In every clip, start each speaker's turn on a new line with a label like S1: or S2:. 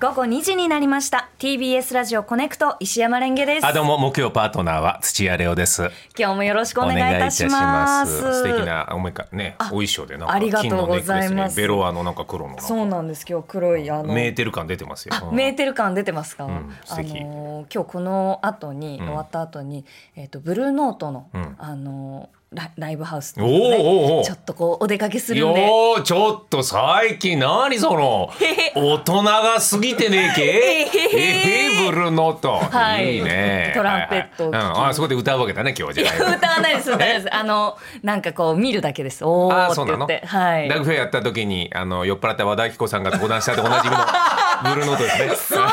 S1: 午後2時になりました TBS ラジオコネクト石山レンゲです
S2: あどうも木曜パートナーは土屋レオです。
S1: 今日もよろしくお願いいたします
S2: お願いいたします素敵なおめかねお衣装でなんか
S1: ありがとうございます
S2: 金のネックレスにベロアのなんか黒のなんか
S1: そうなんです今日黒いあの
S2: メーテル感出てますよ。
S1: あ、メーテル感出てますか、
S2: ん素
S1: あ
S2: 敵
S1: のー今日この後に、終わった後に、えっとブルーノートの、
S2: ん
S1: あのーラライブハウスってい
S2: おー
S1: うので
S2: おーおー
S1: ちょっとこうお出かけする
S2: よ
S1: んで
S2: ーちょっと最近何 その
S1: へへ
S2: 大人が過ぎ てねえけ
S1: へへ
S2: えへブルーノート、
S1: はい
S2: いね
S1: トランペットを聞き
S2: はいはいうんあそこで歌うわけだね今日
S1: い
S2: は
S1: や
S2: じゃあ
S1: 歌わないです歌わないですあのなんかこう見るだけですお
S2: あ
S1: ー
S2: ー
S1: って
S2: そう
S1: 言っ
S2: なの、
S1: てはい
S2: ラグフェアやった時にあの酔っ払った和田アキ子さんが登壇した と同じみのブルーノートですね
S1: そんな、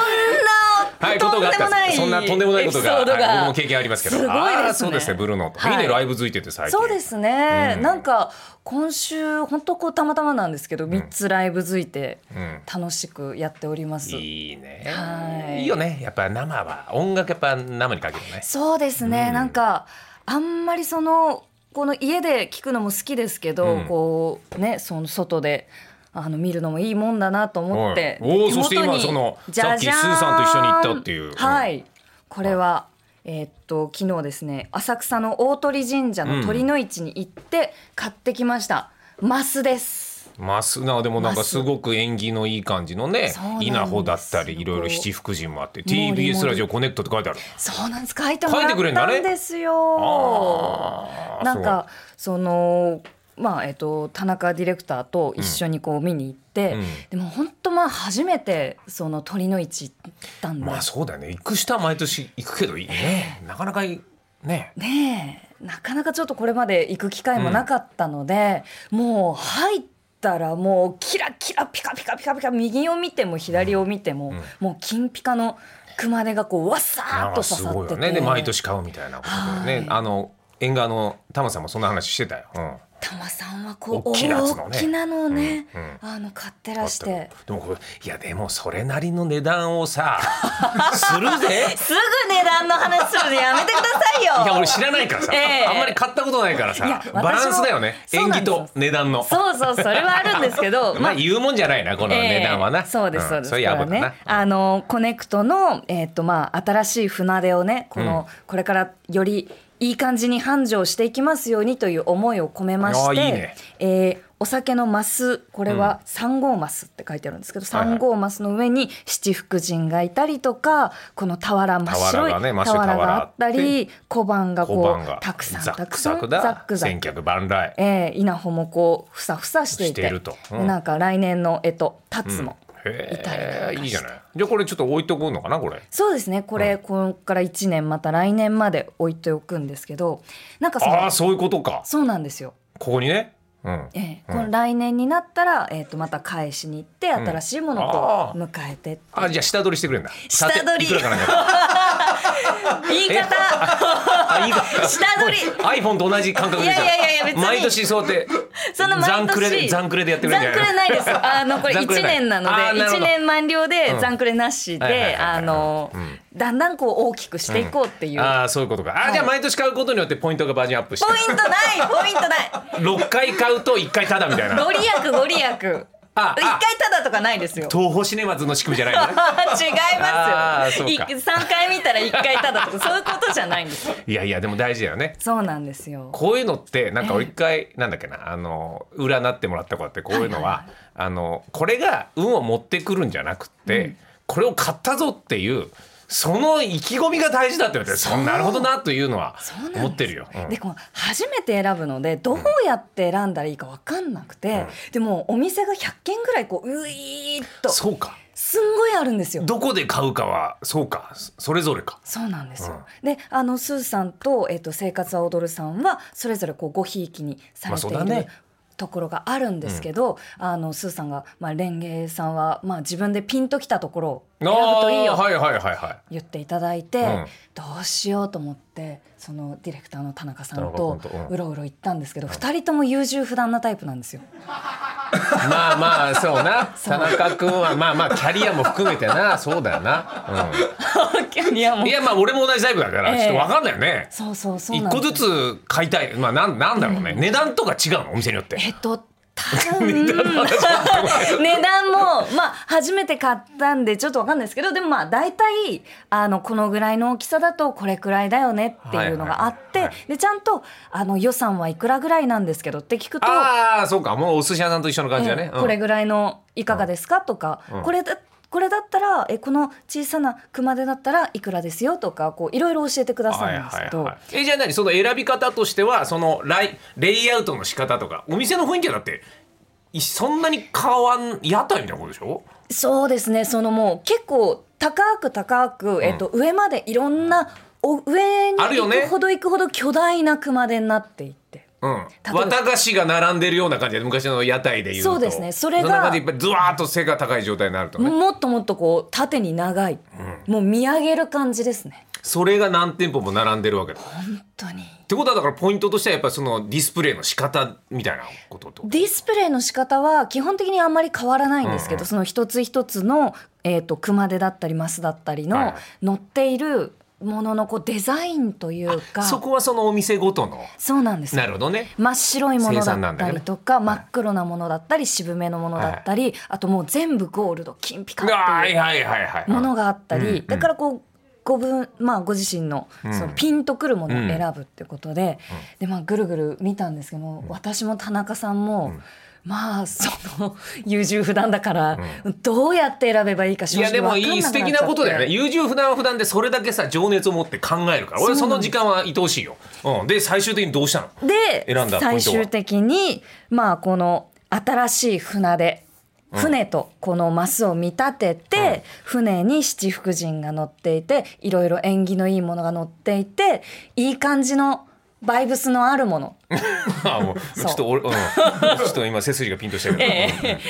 S2: はい、
S1: と
S2: こと
S1: ん
S2: があっ
S1: でも
S2: た
S1: なん
S2: で
S1: い
S2: すそんなとんでもないことが
S1: エピソード
S2: はい僕も経験ありますけど
S1: すごいですね
S2: あーそうですねブルーノート、
S1: はい
S2: い、いねライブ付いてて最近
S1: そうですね、
S2: うん
S1: なんか今週本当こうたまたまなんですけど3つライブ付いて
S2: うん
S1: 楽しくやっております、
S2: いいね
S1: はい
S2: いよねやっぱ生は音楽やっぱ生にかけるね
S1: そうですね、
S2: うん
S1: なんかあんまりそのこの家で聞くのも好きですけど、
S2: うん
S1: こうねその外であの見るのもいいもんだなと思って、
S2: はいおー
S1: 手元に
S2: そして今その
S1: じゃじゃーん
S2: さっきスーさんと一緒に行ったっていううん
S1: はいこれは、えーっと昨日ですね浅草の大鳥神社の鳥の市に行って買ってきました、マスです
S2: ますなでもなん
S1: マ
S2: か
S1: ス
S2: すごく縁起のいい感じのね
S1: そうなんです
S2: 稲穂だったりいろいろ七福神もあって TBS ラジオコネクトって書いてある
S1: そうなんです書いてもら
S2: 書いてくれ
S1: っ
S2: んだ
S1: た
S2: ね
S1: んですよ
S2: あー
S1: なんかそのまあえっと田中ディレクターと一緒にこう見に行って、
S2: うん
S1: でも本当まあ初めてその鳥の市行ったん
S2: す
S1: で、
S2: ごいまあそうだよね行く人は毎年行くけどいいねなかなかいね
S1: ねえなかなかちょっとこれまで行く機会もなかったので、もう入ったらもうキラキラピカピカピカピカ右を見ても左を見ても、
S2: ん
S1: もう金ピカの熊手がこうわっさー
S2: な
S1: っ
S2: ん
S1: と
S2: か
S1: 刺
S2: す
S1: さ
S2: ご
S1: っ
S2: い
S1: て
S2: よ
S1: て、
S2: ねで毎年買うみたいなことでね、
S1: はい
S2: あの縁側のタマさんもそんな話してたよ、うん
S1: 玉さんはこう大
S2: 大
S1: き
S2: きなやつのね
S1: なのをね、
S2: うんうん
S1: あの買ってらし
S2: あってた。でもこれいやでもそれなりの値段をさ するぜ
S1: すぐ値段の話するのやめてくださいよ。
S2: いや俺知らないからさ、
S1: ええ
S2: あんまり買ったことないから
S1: いや
S2: さ
S1: 私も
S2: バランスだよね
S1: そう
S2: 縁
S1: なん
S2: 起
S1: ですよ
S2: と値段の
S1: そうそう、それはあるんですけど、
S2: まあ言うもんじゃないなこの値段はな、
S1: ええそうです、そうです。
S2: んそれやばか
S1: これは
S2: な
S1: ね、あのコネクトの、えっと、まあ、新しい船出をね、この、これからより。いい感じに繁盛していきますようにという思いを込めまし
S2: あ
S1: て。
S2: ーいいね
S1: えーお酒のマス、これは三号マスって書いてあるんですけど、
S2: はいはい
S1: 三号マスの上に七福神がいたりとか。この俵真っ白い
S2: 俵がね真っ白い
S1: 俵があったり、小判が
S2: 小
S1: こ
S2: 判
S1: う
S2: が
S1: たくさん
S2: ザ
S1: た
S2: ッ
S1: く
S2: ク
S1: さ
S2: ザ
S1: ん
S2: ク
S1: ざ
S2: だ
S1: っくざく
S2: 千客万来
S1: えー、稲穂もこうふさふさしていて
S2: してるとうん
S1: でなんか来年のえと「たつも」いたりなんか
S2: へ
S1: して
S2: えいいじゃないじゃあこれちょっと置いとくのかなこれ
S1: そうですねこれ、
S2: うん
S1: ここから1年また来年まで置いておくんですけどなんかそ
S2: ああ
S1: の
S2: ーそういうことか
S1: そうなんですよ、
S2: ここにねうん
S1: えー
S2: うん
S1: この来年になったら、えー、とまた返しに行って
S2: ん
S1: 新しいもの
S2: あ
S1: と
S2: ー
S1: 迎えて、
S2: あじゃあ下取りしてくれんだ
S1: 下取り
S2: さていくらかなんか
S1: 言い方
S2: あいいか
S1: 下取り
S2: iPhone と同じ感覚でじゃん
S1: いやいやいやいや別に
S2: 毎年そうやって
S1: その毎年
S2: 残クレで残クレでやってくれんじゃない
S1: 残クレないですあのこれ
S2: 残
S1: 1
S2: クレない
S1: 年なの
S2: あー
S1: で
S2: なるほど
S1: 1年満了で
S2: うん
S1: 残クレなし
S2: はいはいはい
S1: で
S2: はい
S1: あの
S2: うん
S1: だんだんこう大きくしていこうっていう、
S2: ああそういうことかあ、
S1: はい
S2: じゃあ毎年買うことによってポイントがバージョンアップして
S1: ポイントないポイントない
S2: 6回買うと1回タダみたいな
S1: ご利益ご利益
S2: あ
S1: 一回ただとかないですよ違い
S2: 東宝シネマズの仕組みじゃ ないのねあ
S1: ま
S2: ー
S1: す
S2: そ
S1: よ
S2: う
S1: い
S2: か
S1: 3回見たら1回ただとかそういうことじゃないんですよ
S2: いやいやでも大事だよね
S1: そうなんですよ
S2: こういうのってなんか俺一回なんだっけなあの占ってもらったことあってこういうのは,、
S1: はいは
S2: あのこれが運を持ってくるんじゃなくって、これを買ったぞっていうその意気込みが大事だって言われて
S1: そう
S2: そんなるほどなというのは
S1: そうなんです
S2: 思ってるよ。うん
S1: でこの初めて選ぶのでどうやって選んだらいいか分かんなくて、でもお店が100軒ぐらいこうういーっと
S2: そうか
S1: すんごいあるんですよ
S2: どこで買うかはそうかそれぞれか。
S1: そうなんですよ、であのスーさんと,、えっと生活は踊るさんはそれぞれこうごひいきにされている、
S2: まあそうだね
S1: ところがあるんですけど、あのスーさんが、まあ、レンゲさんは、まあ、自分でピンときたところを選ぶといいよ
S2: あーはいはいはいはい。
S1: 言っていただいて、
S2: うん
S1: どうしようと思ってそのディレクターの田中さんと
S2: 田中君とうん
S1: うろうろ行ったんですけど、二人とも優柔不断なタイプなんですよ。
S2: まあまあそ うな田中君はまあまあキャリアも含めてなそうだよな、
S1: いやも
S2: うん、
S1: う
S2: いやまあ俺も同じタイプだから、
S1: ええ
S2: ちょっと分かんないよね
S1: そうそうそう
S2: 一
S1: なん
S2: 個
S1: ですよ
S2: ずつ買いたいまあなんなんだろうね、値段とか違うのお店によって
S1: えっと、た値段もまあ初めて買ったんでちょっとわかんないですけどでもまあ大体あのこのぐらいの大きさだとこれくらいだよねっていうのがあっ
S2: はい
S1: て
S2: はい
S1: でちゃんとあの予算はいくらぐらいなんですけどって聞くと
S2: ああそうかもうお寿司屋さんと一緒の感じだ
S1: え
S2: ね、
S1: えこれぐらいのいかがですかとか、
S2: うん
S1: これだこれだったらえこの小さな熊手だったらいくらですよとかこういろいろ教えてくださ
S2: は
S1: る
S2: い
S1: んです
S2: は
S1: け
S2: い
S1: ど、
S2: はい、えじゃあ何その選び方としてはそのライレイアウトの仕方とかお店の雰囲気はだっていそんなに変わん屋台みたいなことでしょ
S1: そうですねそのもう結構高く高く、えっと上までいろんなお上に
S2: あるよ
S1: 行
S2: ね
S1: くほど行くほど巨大な熊手になっていって。
S2: うん、
S1: ば
S2: 綿菓子が並んでるような感じで昔の屋台でいうと
S1: そうですねそれが
S2: んな感じでいっぱいズワーッと背が高い状態になるとね、
S1: もっともっとこう縦に長い、もう見上げる感じですね
S2: それが何店舗も並んでるわけだっ
S1: 本当に
S2: てことはだからポイントとしてはやっぱりそのディスプレイの仕方みたいなことと
S1: ディスプレイの仕方は基本的にあんまり変わらないんですけど、
S2: うんうん
S1: その一つ一つの、えー、と熊手だったりマスだったり
S2: はい
S1: の
S2: はい
S1: 乗っているもののこうデザインというか
S2: そこはそのお店ごとの
S1: そうなんですよ
S2: なるほどね
S1: 真っ白いもの
S2: 生産
S1: だ
S2: なん
S1: っ
S2: だ
S1: た
S2: よ
S1: り
S2: ね
S1: とか、真っ黒なものだったり渋めのものだったり、あともう全部ゴールド金ピカっ
S2: は
S1: てい
S2: いうはいはいはい
S1: ものがあったり、
S2: うんうん
S1: だからこうご分まあ、ご自身の
S2: うん
S1: そのピンとくるものを選ぶってことで,、でまあ、ぐるぐる見たんですけども、私も田中さんも、まあその優柔不断だから、どうやって選べばいいか
S2: い
S1: 正
S2: やで
S1: 直分
S2: も
S1: かんなくなっちゃって
S2: いい素敵なことだよね優柔不断は不断でそれだけさ情熱を持って考えるから俺
S1: そ
S2: そう
S1: な
S2: の
S1: んで
S2: 時
S1: す
S2: 間は愛おしいよ、うん、で最終的にどう したの
S1: で
S2: 選んだポイントは
S1: 最終的にまあこの新しい船で船とこのマスを見立てて、船に七福神が乗っていていろいろ縁起のいいものが乗っていていい感じのバイブスのあるもの、
S2: あもうち
S1: そう
S2: ょっと 俺、うん、ちょっと今背筋がピンとしたけど、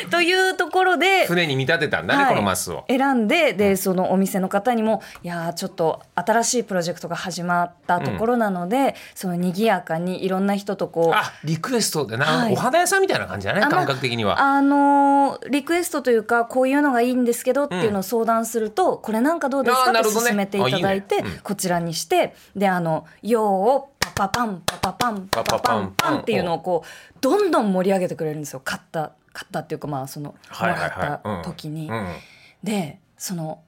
S1: というところで。
S2: 船に見立てたんだね、
S1: はい
S2: このマスを。
S1: 選んででそのお店の方にも「いやーちょっと新しいプロジェクトが始まったところなので、その賑やかにいろんな人とこう
S2: あリクエストでな、
S1: はい
S2: お花屋さんみたいな感じだね
S1: あまあ
S2: 感覚的には。
S1: あのーリクエストというかこういうのがいいんですけどっていうのを相談すると、これなんかどうです
S2: あ
S1: か
S2: ーな
S1: っ
S2: る
S1: て
S2: ほどね
S1: 勧めていただいて
S2: あいいねうん
S1: こちらにしてであの「よう」をパパパンパパパンパパパンパンっていうのをこうどんどん盛り上げてくれるんですよ買った買ったっていうかまあそのも
S2: はい
S1: ら
S2: はいは
S1: っ
S2: いうん
S1: た時に。
S2: うん
S1: でその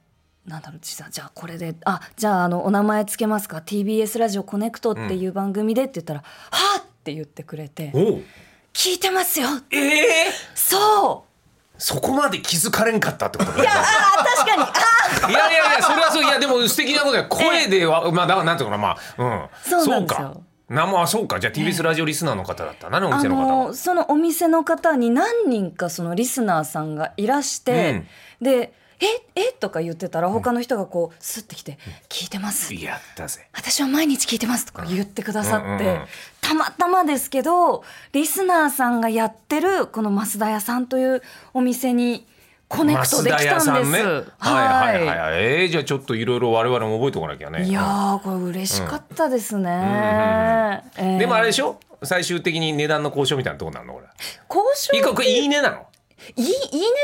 S1: なんだろう実はじゃあこれで「あじゃああのお名前つけますか TBS ラジオコネクト」っていう番組でって言ったら「はあ!」って言ってくれて
S2: おう
S1: 「聞いてますよ!」
S2: ええ
S1: そう
S2: そこまで気づかれんかったってことだね
S1: いやあー確かにあ
S2: いやいやいやそれはそういやでも素敵なことだよ声では、まあだからなんていうのかなまあうん
S1: そうなんですよ
S2: かなまあそうかじゃあ TBS ラジオリスナーの方だったな、お
S1: あ
S2: 店の方は
S1: のそのお店の方に何人かそのリスナーさんがいらして、で「ええとか言ってたら他の人がこうスッてきて「聞いてます」
S2: やったぜ
S1: 私は毎日聞いてますとか言ってくださって、
S2: うんうんうん
S1: たまたまですけどリスナーさんがやってるこの増田屋さんというお店にコネクトできたんです。
S2: ね
S1: は
S2: はいいはいはいはいえー、じゃあちょっといろいろ我々も覚えておかなきゃね
S1: いやーこれ嬉しかったですね、えー
S2: でもあれでしょ最終的に値段の交渉みたいなとこなのこれ
S1: 交渉
S2: いいかこれいいねなの
S1: いいいいね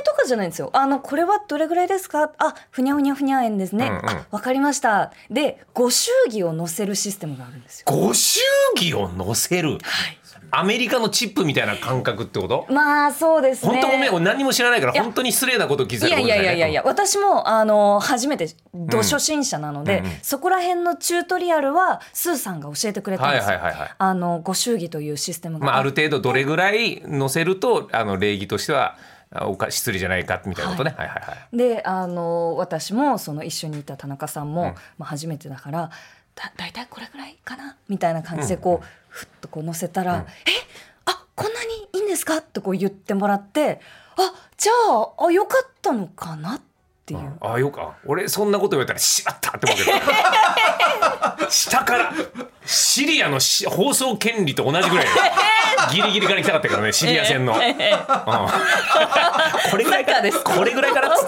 S1: とかじゃないんですよ。あのこれはどれぐらいですか。あふにゃふにゃふにゃ円ですね。
S2: うんうん
S1: あわかりました。でご祝儀を載せるシステムがあるんですよ。
S2: ご祝儀を載せる
S1: はい。
S2: アメリカのチップみたいな感覚ってこと
S1: まあそうですね。
S2: 本当ごめん俺何も知らないから
S1: いや
S2: 本当に失礼なこと聞いてた
S1: いやいやいやいやいや、私もあの初めてど初心者なので、
S2: うんうんうん
S1: そこら辺のチュートリアルはスーさんが教えてくれたん
S2: は
S1: で
S2: い
S1: すよ。
S2: はいはいはい
S1: あのご祝儀というシステムが
S2: まあ、あ
S1: って
S2: る程度どれぐらい載せるとあの礼儀としてはあおか失礼じゃないかみたいなことね、はい、はいはい
S1: であの私もその一緒にいた田中さんも、
S2: うん
S1: まあ、初めてだからだ大体これくらいかなみたいな感じでこう、ふっとこう乗せたら「えあこんなにいいんですか?」ってこう言ってもらって「あじゃああよかったのかな」っていう。
S2: ああよか俺そんなこと言われたらしまったって思うけど下からシリアのし放送権利と同じぐらい ギリギリから行きたかったけどねシリア戦の、うんこれぐらいか
S1: サッカーです
S2: これぐらいからっつっ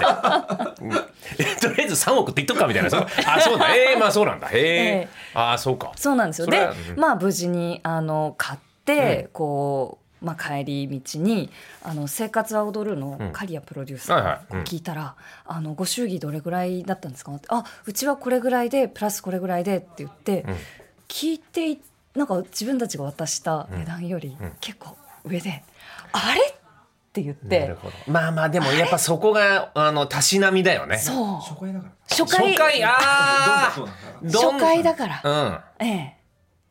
S2: て、うんえとりあえず3億って言っとくかみたいなそのあそうだえー、まあそうなんだへえ
S1: え
S2: ああそうか
S1: そうなんですよ
S2: それ
S1: で
S2: は、うん
S1: まあ無事にあの買って、こう、まあ、帰り道に「あの生活は踊る」の刈谷プロデューサ
S2: はいは
S1: ー
S2: いうん
S1: に聞いたら「あのご祝儀どれぐらいだったんですか?」って「あうちはこれぐらいでプラスこれぐらいで」って言って、聞いていなんか自分たちが渡した値段より結構上で「あれ?」って言っ
S2: なる
S1: て
S2: ほどまあまあでもやっぱそこがあのたしなみだよね
S1: そう
S3: 初回だから
S1: 初回
S2: 初回あ
S3: どんどんそう
S2: ー
S3: なんだから
S1: 初回だか
S2: どん
S1: ら
S2: うん
S1: ええ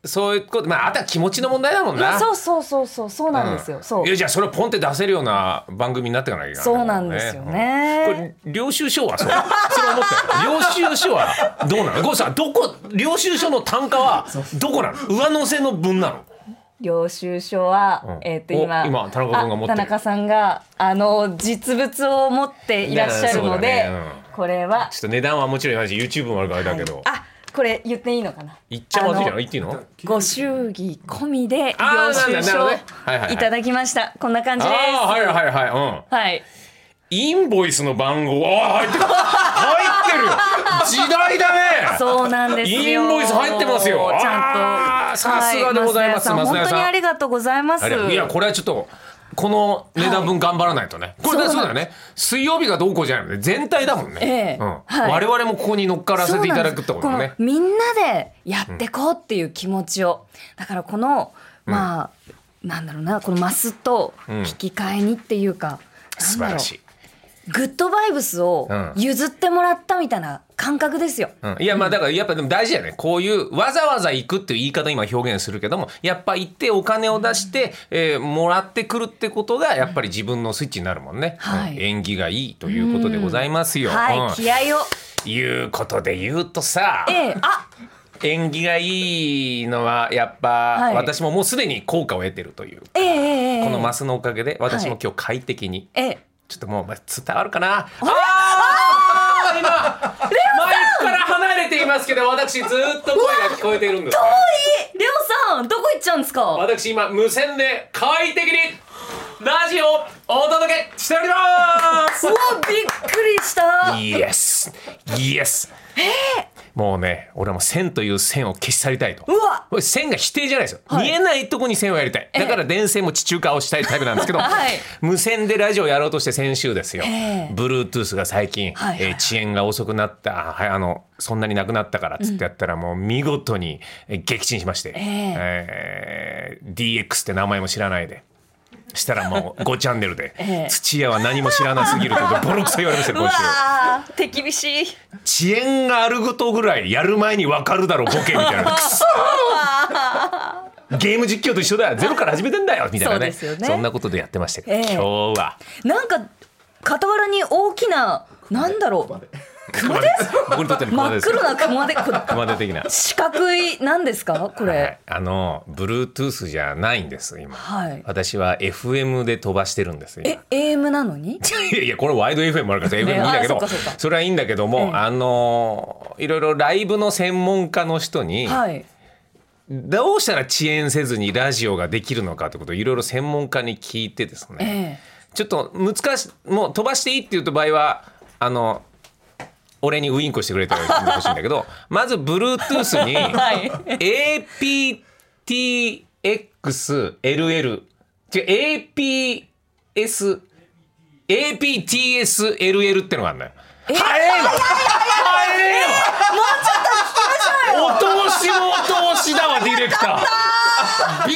S2: そういうことまああとは気持ちの問題だもん
S1: ま
S2: な
S1: あそうそうそうそうそうなんですよ、
S2: ん
S1: そう
S2: いやじゃあそれをポンって出せるような番組になっていかなきゃいけない
S1: そうなんですよね
S2: うんこれ領収書はそうそれ思ったよ領収書はどうなのこれさどこ領収書の単価はどこなの上乗せの分なの
S1: 領収書は、
S2: うん
S1: えっ、と
S2: お
S1: 今
S2: 今田中君が持ってる
S1: あ田中さんがあの実物を持っていらっしゃるので、
S2: いやそうだね
S1: これは
S2: ちょっと値段はもちろん言わないし YouTube もあるからあれだけど、
S1: あこれ言っていいのかな
S2: 言っちゃまずいじゃ
S1: あ
S2: ん
S1: の
S2: 言っていいの
S1: ご祝儀込みで領
S2: あー
S1: 収
S2: なるほ
S1: 書
S2: ど
S1: を
S2: ねはいはいはい
S1: いただきましたこんな感じです
S2: あーはいはいはいうん
S1: はい
S2: インボイスの番号あー入ってる入ってるよ時代だね
S1: そうなんですよ。
S2: インボイス入ってますよ
S1: ちゃん
S2: あー
S1: と。
S2: さすがでございます
S1: はい
S2: 松
S1: 松永さん
S2: 永さん
S1: 本当にありがとうございます。
S2: あれいやこれはちょっとこの値段分頑張らないとね、これね
S1: そう
S2: そう
S1: なん
S2: だよね水曜日がどうこうじゃないのね全体だもんね、
S1: ええ
S2: うん
S1: はい
S2: 我々もここに乗っからせていただくってことだ
S1: そうなん
S2: ね
S1: ですこのみんなでやってこうっていう気持ちを。だからこのまあ、なんだろうなこのマスと
S2: うん
S1: 引き換えにっていうか、
S2: 素晴
S1: なんだろう
S2: らしい、
S1: グッドバイブスを
S2: うん
S1: 譲ってもらったみたいな感覚ですよ。
S2: うん、いやまあだからやっぱでも大事だよねこういうわざわざ行くっていう言い方今表現するけどもやっぱ行ってお金を出して、えーもらってくるってことがやっぱり自分のスイッチになるもんね、
S1: はい
S2: うん縁起がいいということでございますよ。
S1: はい、気合を。
S2: うん、いうことで言うとさ、
S1: ええあ、
S2: 縁起がいいのはやっぱ、
S1: はい
S2: 私ももうすでに効果を得てるという
S1: ええええええ
S2: このマスのおかげで私も今日快適に、
S1: ええ
S2: ちょっともうまあ伝わるかなあー今マイクから離れていますけど私ずっと声が聞こえているんです
S1: え、レオさんどこ行っちゃうんですか。
S2: 私今無線で快適にラジオをお届けしております
S1: うわびっくりした
S2: イエスイエスもうね俺はもう線という線を消し去りたいと
S1: うわ
S2: これ線が否定じゃないですよ、
S1: はい
S2: 見えないとこに線をやりたいだから電線も地中化をしたいタイプなんですけ ど、
S1: はい
S2: 無線でラジオやろうとして先週ですよ、
S1: ええ
S2: Bluetooth が最近、
S1: はいはいはい
S2: えー遅延が遅くなったあはいあのそんなになくなったからっつってやったら、もう見事にえー撃沈しまして、えー DX って名前も知らないで。したらもう5チャンネルで、
S1: ええ
S2: 土屋は何も知らなすぎることでボロクソ言われましたよ
S1: う
S2: 今
S1: わ
S2: 週
S1: ー手厳しい
S2: 遅延があることぐらいやる前に分かるだろうボケみたいな くそーゲーム実況と一緒だよゼロから始めてんだよみたいなね
S1: そうですよね
S2: んなことでやってましたけど、
S1: ええ
S2: 今日は
S1: なんか傍らに大きななんだろう
S2: 熊手僕にとっての熊
S1: 真
S2: 手で
S1: っ
S2: す
S1: 黒な熊でこれ
S2: 熊手的な
S1: 四角いなんですかこ
S2: は
S1: れ
S2: い、あの Bluetooth じゃないんです今、
S1: はい
S2: 私は FM で飛ばしてるんです今
S1: え AM なのに
S2: いやいやこれワイド FM もあ るから FM いいんだけど、
S1: あそっかそっか
S2: それはいいんだけども、
S1: ええ
S2: あのいろいろライブの専門家の人に、
S1: はい
S2: どうしたら遅延せずにラジオができるのかってことをいろいろ専門家に聞いてですね、
S1: ええ
S2: ちょっと難しいもう飛ばしていいって言うと場合はあの俺にウインコしてくれたら言ってほしいん だけどまず Bluetooth に
S1: はい、
S2: APTXLL 違う APS APTSLL ってのがあるんだよ。早いわ早いわもうちょっと聞きましょうよお通しもお通しだわディレクターびっ